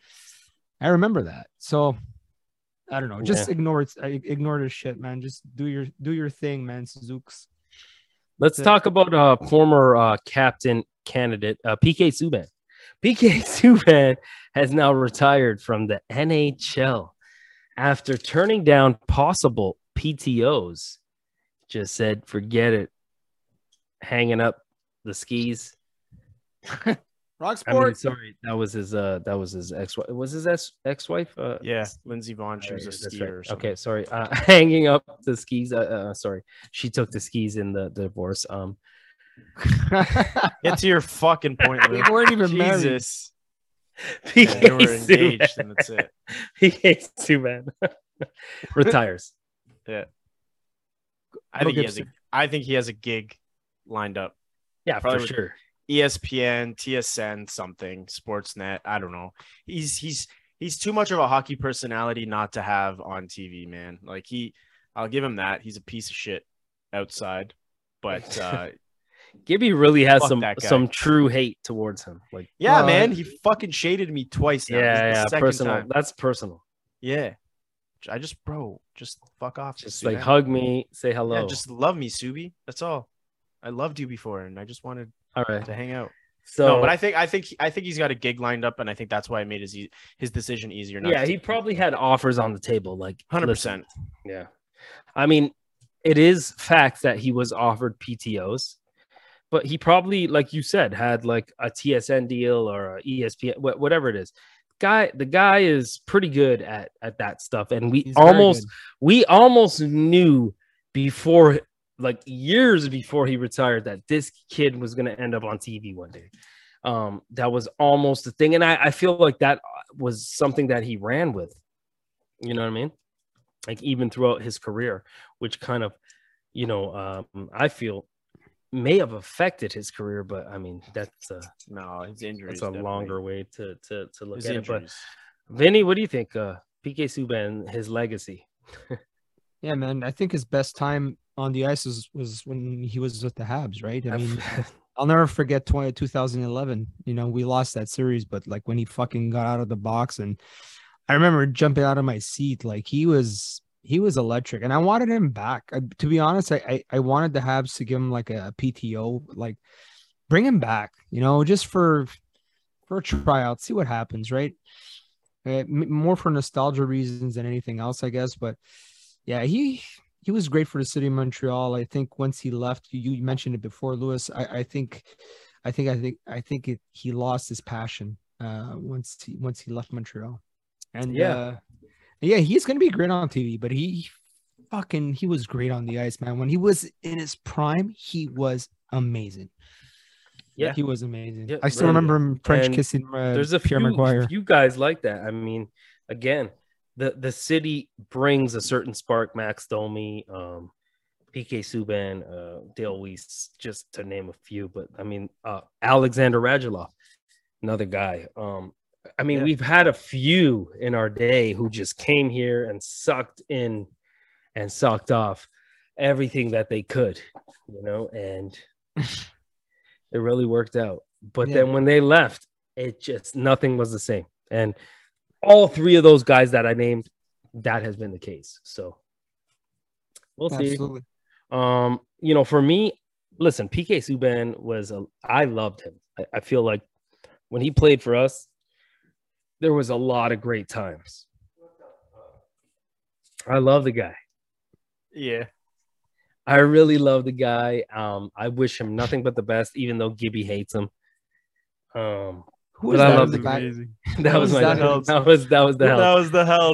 I remember that. So I don't know. Just ignore it. I- Ignore this shit, man. Just do your do your thing, man. Suzukes. Let's Yeah. talk about uh, former uh, captain candidate uh, PK Subban. PK Subban has now retired from the NHL after turning down possible PTOs. Just said, forget it. Hanging up the skis. Rock I mean, sorry, that was his. Uh, that was his ex. wife Was his ex ex wife? Uh, Yeah, Lindsey Vaughn. She sorry, was a that's skier. right. Or something. Okay, sorry. Uh, hanging up the skis. Uh, uh, sorry, she took the skis in the, the divorce. Um, Get to your fucking point, we Luke. weren't even married. Jesus. Yeah, PK they were Subban- engaged, and that's it. PK Subban retires. I Mel think he has a. I think he has a gig lined E up. Yeah, Probably for would- sure. ESPN, TSN, something, Sportsnet. I don't know. He's he's he's too much of a hockey personality not to have on TV, man. Like he, I'll give him that. He's a piece of shit outside, but uh, Gibby really has Fuck some that guy. some true hate towards him. Like, yeah, Well, man, he fucking shaded me twice. Now. This is the yeah, yeah, second personal. time. That's personal. Yeah, I just bro, just fuck off. Just Subi, like man. hug me, say hello. yeah, just love me, Subi. That's all. I loved you before, and I just wanted all right. to hang out. So, no, but I think I think I think he's got a gig lined up, and I think that's why I made his e- his decision easier. not yeah, to- he probably had offers on the table. Like, 100%. listen, Yeah, I mean, it is fact that he was offered PTOS, but he probably, like you said, had like a TSN deal or a E ESPN, wha- whatever it is. Guy, the guy is pretty good at at that stuff, and we He's very almost good. we almost knew before like years before he retired that this kid was going to end up on tv one day um that was almost a thing and I, I feel like that was something that he ran with you know what i mean like even throughout his career which kind of you know um i feel may have affected his career but i mean that's a no, his injuries. that's a definitely. longer way to to to look His at it injuries. but vinny what do you think uh pk subban his legacy Yeah, man. I think his best time on the ice was, was when he was with the Habs, right? I mean, I'll never forget 20, 2011. You know, we lost that series, but like when he fucking got out of the box and I remember jumping out of my seat, like he was he was electric and I wanted him back. I, to be honest, I, I I wanted the Habs to give him like a PTO, like bring him back, you know, just for for a tryout, see what happens, right? Uh, m- more for nostalgia reasons than anything else, I guess, but yeah, he he was great for the city of Montreal. I think once he left, you, you mentioned it before, Lewis. I, I think, I think, I think, I think it, he lost his passion uh, once he once he left Montreal. And Yeah. yeah, uh, yeah, he's gonna be great on TV, but he fucking he was great on the ice, man. When he was in his prime, he was amazing. Yeah. he was amazing. Yeah, I still really remember him French And kissing. Uh, there's a Pierre few, Maguire. few guys like that. I mean, again, the the city brings a certain spark. Max Domi, um, PK Subban, uh, Dale Weiss, just to name a few. But I mean, uh, Alexander Radulov, another guy. Um, I mean, Yeah. we've had a few in our day who just came here and sucked in and sucked off everything that they could, you know, and it really worked out. But Yeah. then when they left, it just nothing was the same. And all three of those guys that I named, that has been the case. So we'll see. Absolutely. Um, you know, for me, listen, PK Subban was a I loved him. I, I feel like when he played for us, there was a lot of great times. I love the guy. Yeah, I really love the guy. Um, I wish him nothing but the best, even though Gibby hates him. Um, Who But was I that? love the guy? that was was my that helps? that was that was the help. was the hell.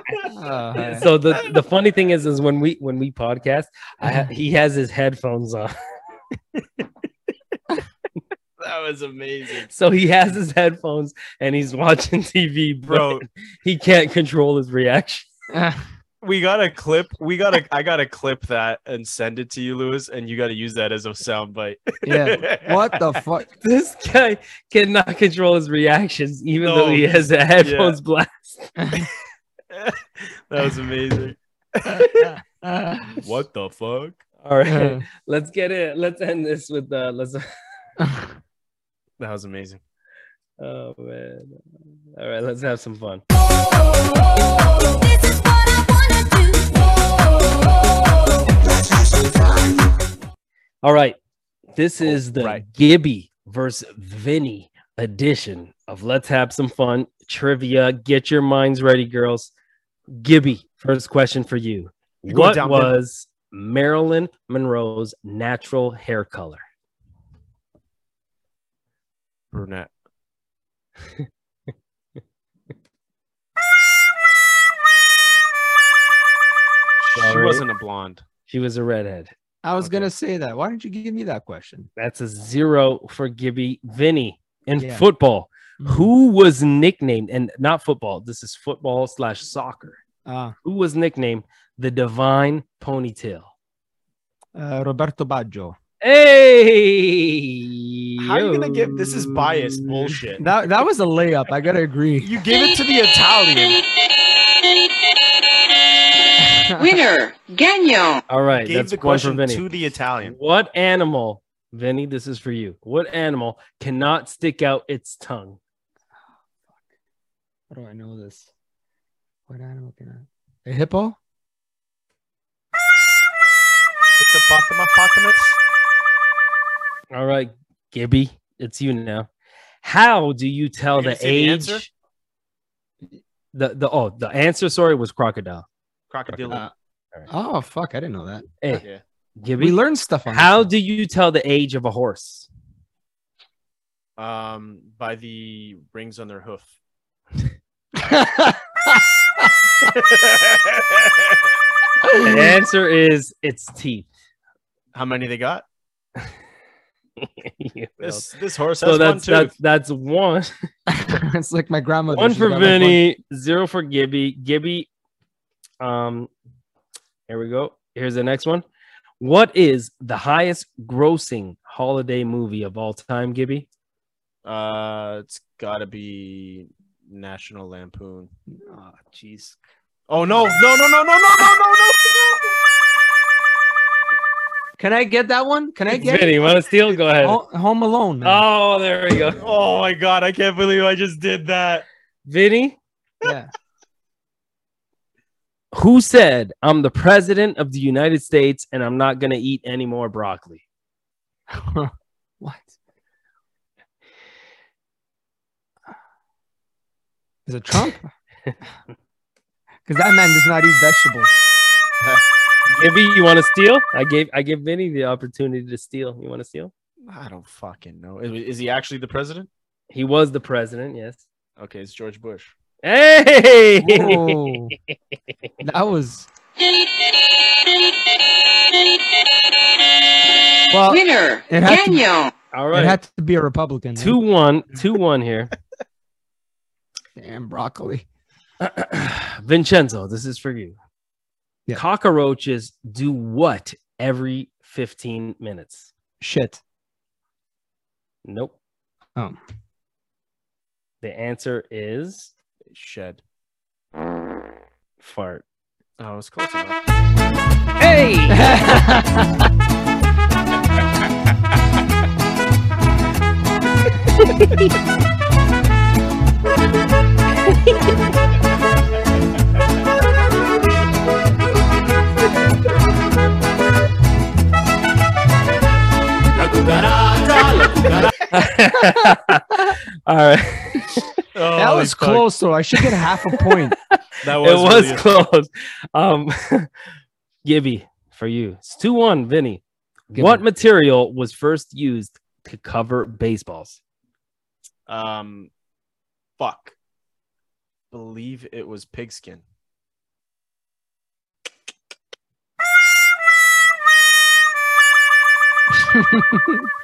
Uh, hi. so the the funny thing is is when we when we podcast I ha- he has his headphones on that was amazing, so he has his headphones and he's watching tv bro bro. he can't control his reaction we got a clip. We got a. I got to clip that and send it to you, Lewis, and you got to use that as a soundbite. yeah. What the fuck? this guy cannot control his reactions even No, though he has the headphones blast that was amazing. what the fuck? all Uh-huh. right let's get it let's end this with uh let's That was amazing. oh man all right let's have some fun This is what I wanna do. All right. This is the Gibby versus Vinny edition of Let's Have Some Fun Trivia. Get your minds ready, girls. Gibby, first question for you. You're going what down, Vin. was Marilyn Monroe's natural hair color? Brunette. she Sorry. wasn't a blonde. She was a redhead. I was Okay. gonna say that. Why didn't you give me that question? That's a zero for Gibby. Vinny in Yeah. football. Mm-hmm. Who was nicknamed, and not football, this is football slash soccer. Ah, Who was nicknamed the Divine Ponytail? uh, Roberto Baggio. Hey, How are you gonna give this is biased yo. bullshit? That that was a layup. I gotta agree. You give it to the Italian. Winner, Gagnon. All right, Gave that's the one for question Vinny. to the Italian. What animal, Vinny? This is for you. What animal cannot stick out its tongue? How do I know this? What animal can I? A hippo? It's a Fatima Fatimus. All right, Gibby, it's you now. How do you tell You're gonna the say the age? answer? the the oh the answer sorry was crocodile. Crocodile. Uh, Oh fuck! I didn't know that. Hey, yeah. Gibby, We learned stuff on this how one. do you tell the age of a horse? um, by the rings on their hoof. The answer is its teeth. How many they got? You know. This this horse has so that's one tooth. that's that's one it's like my grandmother. one She's for got, like, Vinny, zero for Gibby. Gibby, um, here we go. Here's the next one. What is the highest grossing holiday movie of all time, Gibby? Uh, it's got to be National Lampoon. one- Oh jeez. Oh no! No! No! No! No! No! No! No! Can I get that one? Can I get Vinny, want to steal? Go ahead. Ho- Home Alone? man. Oh, there we go. no. Oh my god! I can't believe I just did that. Vinny, Yeah. who said, I'm the president of the United States and I'm not going to eat any more broccoli? what? Is it Trump? Because that man does not eat vegetables. Gibby, you want to steal? I gave I gave Vinny the opportunity to steal. You want to steal? I don't fucking know. Is, is he actually the president? He was the president, yes. Okay, it's George Bush. Hey! Whoa. That was well. It Winner, it had to- Gagnon. All right. had to be a Republican. two one, two one here. damn broccoli. Vincenzo, this is for you. Yeah. Cockroaches do what every 15 minutes? Shit. Nope. Um. The answer is Shed. fart. Oh, it's close enough. Hey! All right. Oh, that was close, though. I should get half a point. Oh, That It was really- close. Um, Gibby, for you. It's 2 1, Vinny. Gibby. What material was first used to cover baseballs? um, fuck. Believe it was pigskin.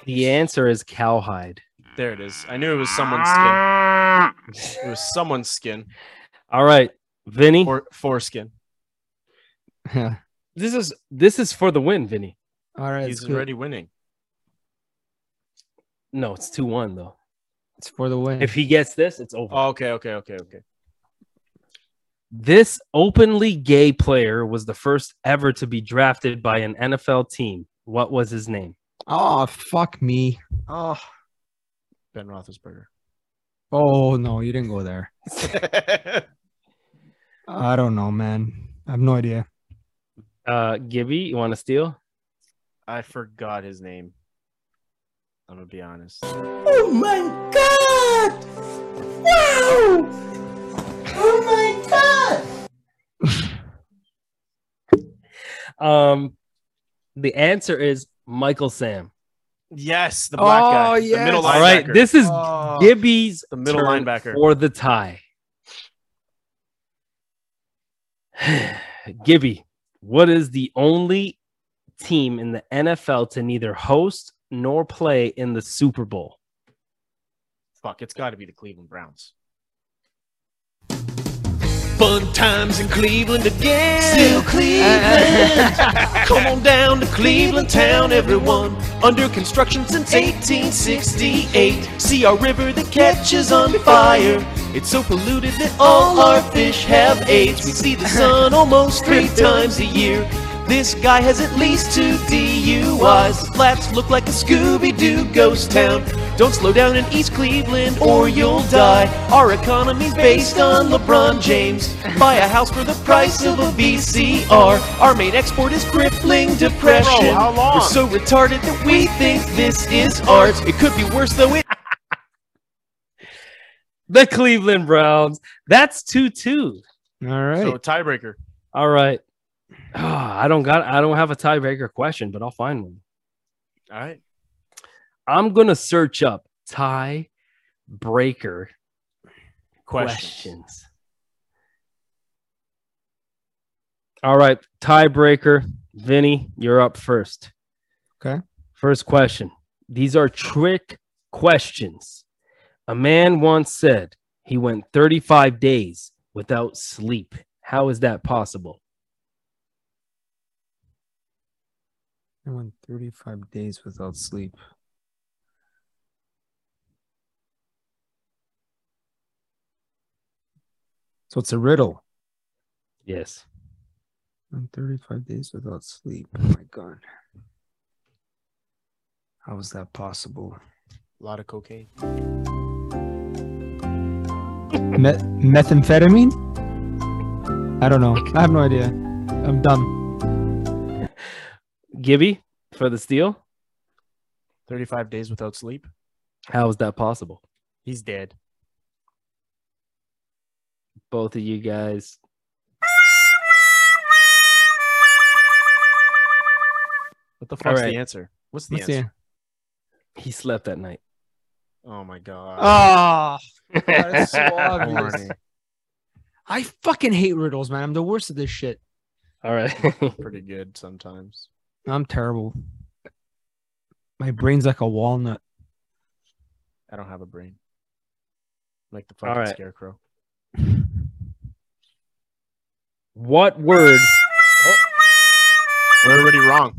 The answer is cowhide. There it is. I knew it was someone's skin. It was someone's skin All right, Vinny. or foreskin. yeah. This is this is for the win, Vinny. All right. He's it's good. already winning. No, it's 2 1, though. It's for the win. If he gets this, it's over. Oh, okay, okay, okay, okay. This openly gay player was the first ever to be drafted by an NFL team. What was his name? oh fuck me. Oh, Ben Roethlisberger. Oh no, you didn't go there. I don't know, man. I have no idea. Uh, Gibby, you want to steal? I forgot his name. I'm gonna be honest. Oh my god! Wow! Oh my god! Um, the answer is Michael Sam. Yes, the black guy, Oh, the middle yes. linebacker. All right, this is Oh. Gibby's The middle turn linebacker. for the tie. Gibby, what is the only team in the NFL to neither host nor play in the Super Bowl? fuck. It's got to be the Cleveland Browns. Fun times in Cleveland again. Still Cleveland. Come on down to Cleveland town, everyone. Under construction since 1868. See our river that catches on fire. It's so polluted that all our fish have AIDS. We see the sun almost three times a year. This guy has at least two DUIs. His flats look like a Scooby Doo ghost town. Don't slow down in East Cleveland or you'll die. Our economy's based on LeBron James. Buy a house for the price of a VCR. Our main export is crippling depression. Bro, Oh, how long? We're so retarded that we think this is art. It could be worse though. It The Cleveland Browns. That's 2 2. All right. So tiebreaker. All right. Ah, I don't got I don't have a tiebreaker question, but I'll find one. All right. I'm gonna search up tiebreaker Question. questions. All right, tiebreaker. Vinny, you're up first. Okay. First question. These are trick questions. A man once said he went 35 days without sleep. How is that possible? I went 35 days without sleep. So it's a riddle. Yes. I'm 35 days without sleep. Oh my God. How is that possible? A lot of cocaine. Met- methamphetamine? I don't know. I have no idea. I'm dumb. Gibby for the steal. 35 days without sleep. How is that possible? He's dead. Both of you guys. What the fuck's right. the answer? What's the Let's see. answer? He slept that night. Oh my god. Ah, God, it's so Corny. obvious. I fucking hate riddles, man. I'm the worst at this shit. All right. Pretty good sometimes. I'm terrible. My brain's like a walnut. I don't have a brain. Like the All fucking right. scarecrow. what word? We're already wrong.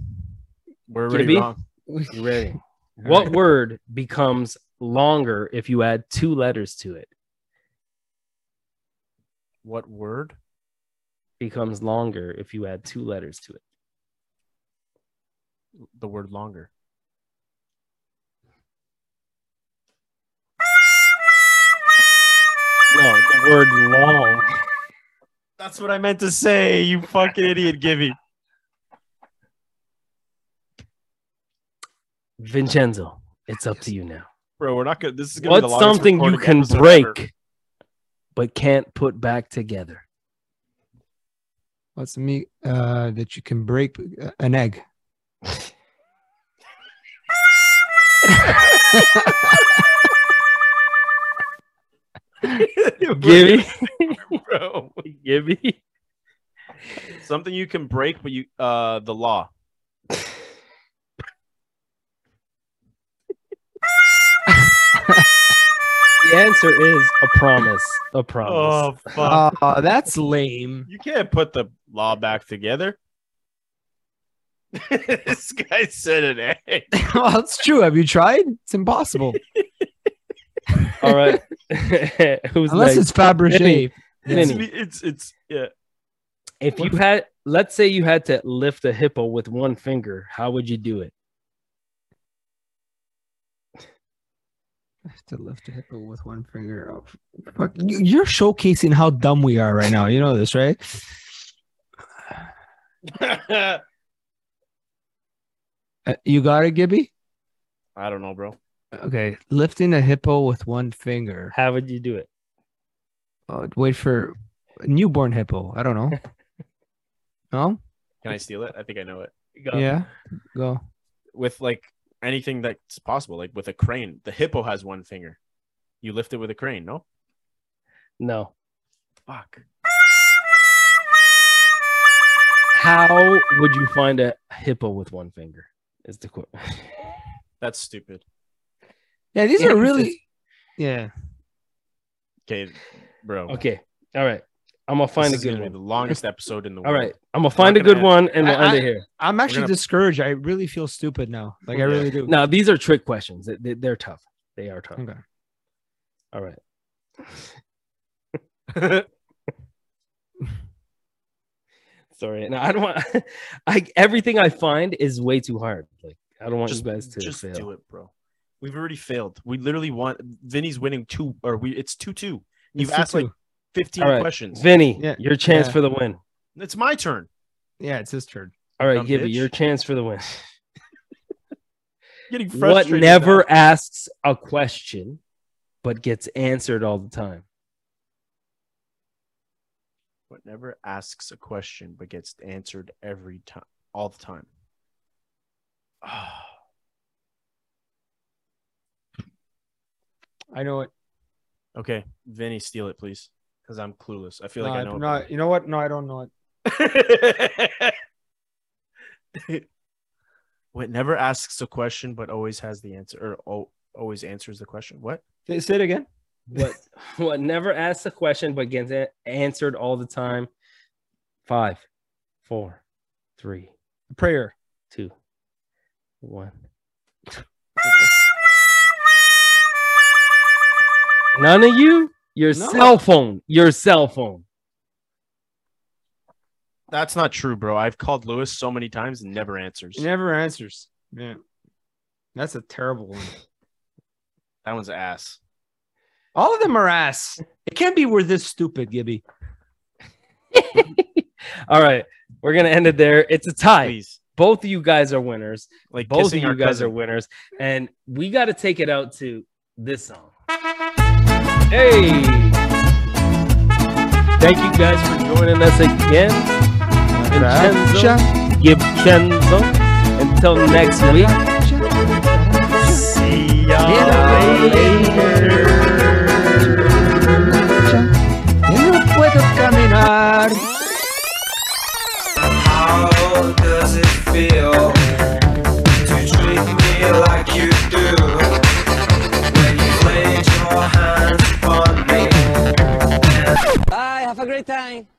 We're already Gibby? wrong. You ready? what word becomes longer if you add two letters to it? What word? Becomes longer if you add two letters to it. The word longer. No, the word long. That's what I meant to say, you fucking idiot, Gibby. Vincenzo, it's up to you now. Bro, we're not gonna this is gonna be the What's longest something you recording can episode break ever. but can't put back together? What's the meat uh, that you can break? Uh, An egg. Gibby. Bro, Gibby. Something you can break but you uh the law. The answer is a promise. A promise. fuck. Oh, that's lame. You can't put the law back together. this guy said an egg. well, it's true. Have you tried? It's impossible. All right. Who's Unless next? it's Fabergé. It's, Vinny. it's it's yeah. If you had, let's say you had to lift a hippo with one finger, how would you do it? to lift a hippo with one finger up. Fuck, you- you're showcasing how dumb we are right now. You know this, right? I Uh, you got it, Gibby? don't know, bro. Okay, lifting a hippo with one finger. How would you do it? Uh, wait for newborn hippo. I don't know. No? Can I steal it? I think I know it. Go. Yeah. Go. With like anything that's possible, like with a crane. The hippo has one finger. You lift it with a crane, no? No. Fuck. How would you find a hippo with one finger? Is the quote. That's stupid. Yeah, these Yeah, are this really. Yeah. Okay, bro. Okay. All right. I'm gonna find this a is good gonna be one. the longest episode in the All world. right, I'm gonna find a gonna good one and I- we'll end I- it here. I'm actually gonna- discouraged. I really feel stupid now. Like I Yeah. really do. Now these are trick questions. They- they- They're tough. They are tough. Okay. All right. Sorry, no, I don't want. I everything I find is way too hard. Like I don't want Just, you guys to just fail. do it, bro. We've already failed. We literally want Vinny's winning two, or we it's two two. It's You've two, asked like two. fifteen All right. questions. Vinny, Yeah, your chance yeah. for the win. It's my turn. yeah, it's his turn. All right, Dumb Gibby, bitch. your chance for the win. Getting What frustrated. never now. asks a question but gets answered all the time. What never asks a question but gets answered every time, all the time. I know it. okay, Vinny, steal it, please, because I'm clueless. I feel No, like I I- know. it no, you know what? No, I don't know it. what never asks a question but always has the answer or al- always answers the question what Say- Say it again. What what never asks a question but gets a- answered all the time. Five, four, three, Prayer. two, one. None of you? Your No. cell phone. Your cell phone. that's not true bro i've called lewis so many times and never answers He never answers. Yeah. That's a terrible one. that one's ass All of them are ass. It can't be we're this stupid, Gibby. All right. We're gonna end it there. It's a tie. please Both of you guys are winners. like Both of kissing you our guys cousin. are winners. And we got to take it out to this song. Hey. Thank you guys for joining us again. Vincenzo, Gibcenzo. Until next week. See y'all later. How does it feel to treat me like you do when you laid your hands upon me? Bye, have a great time.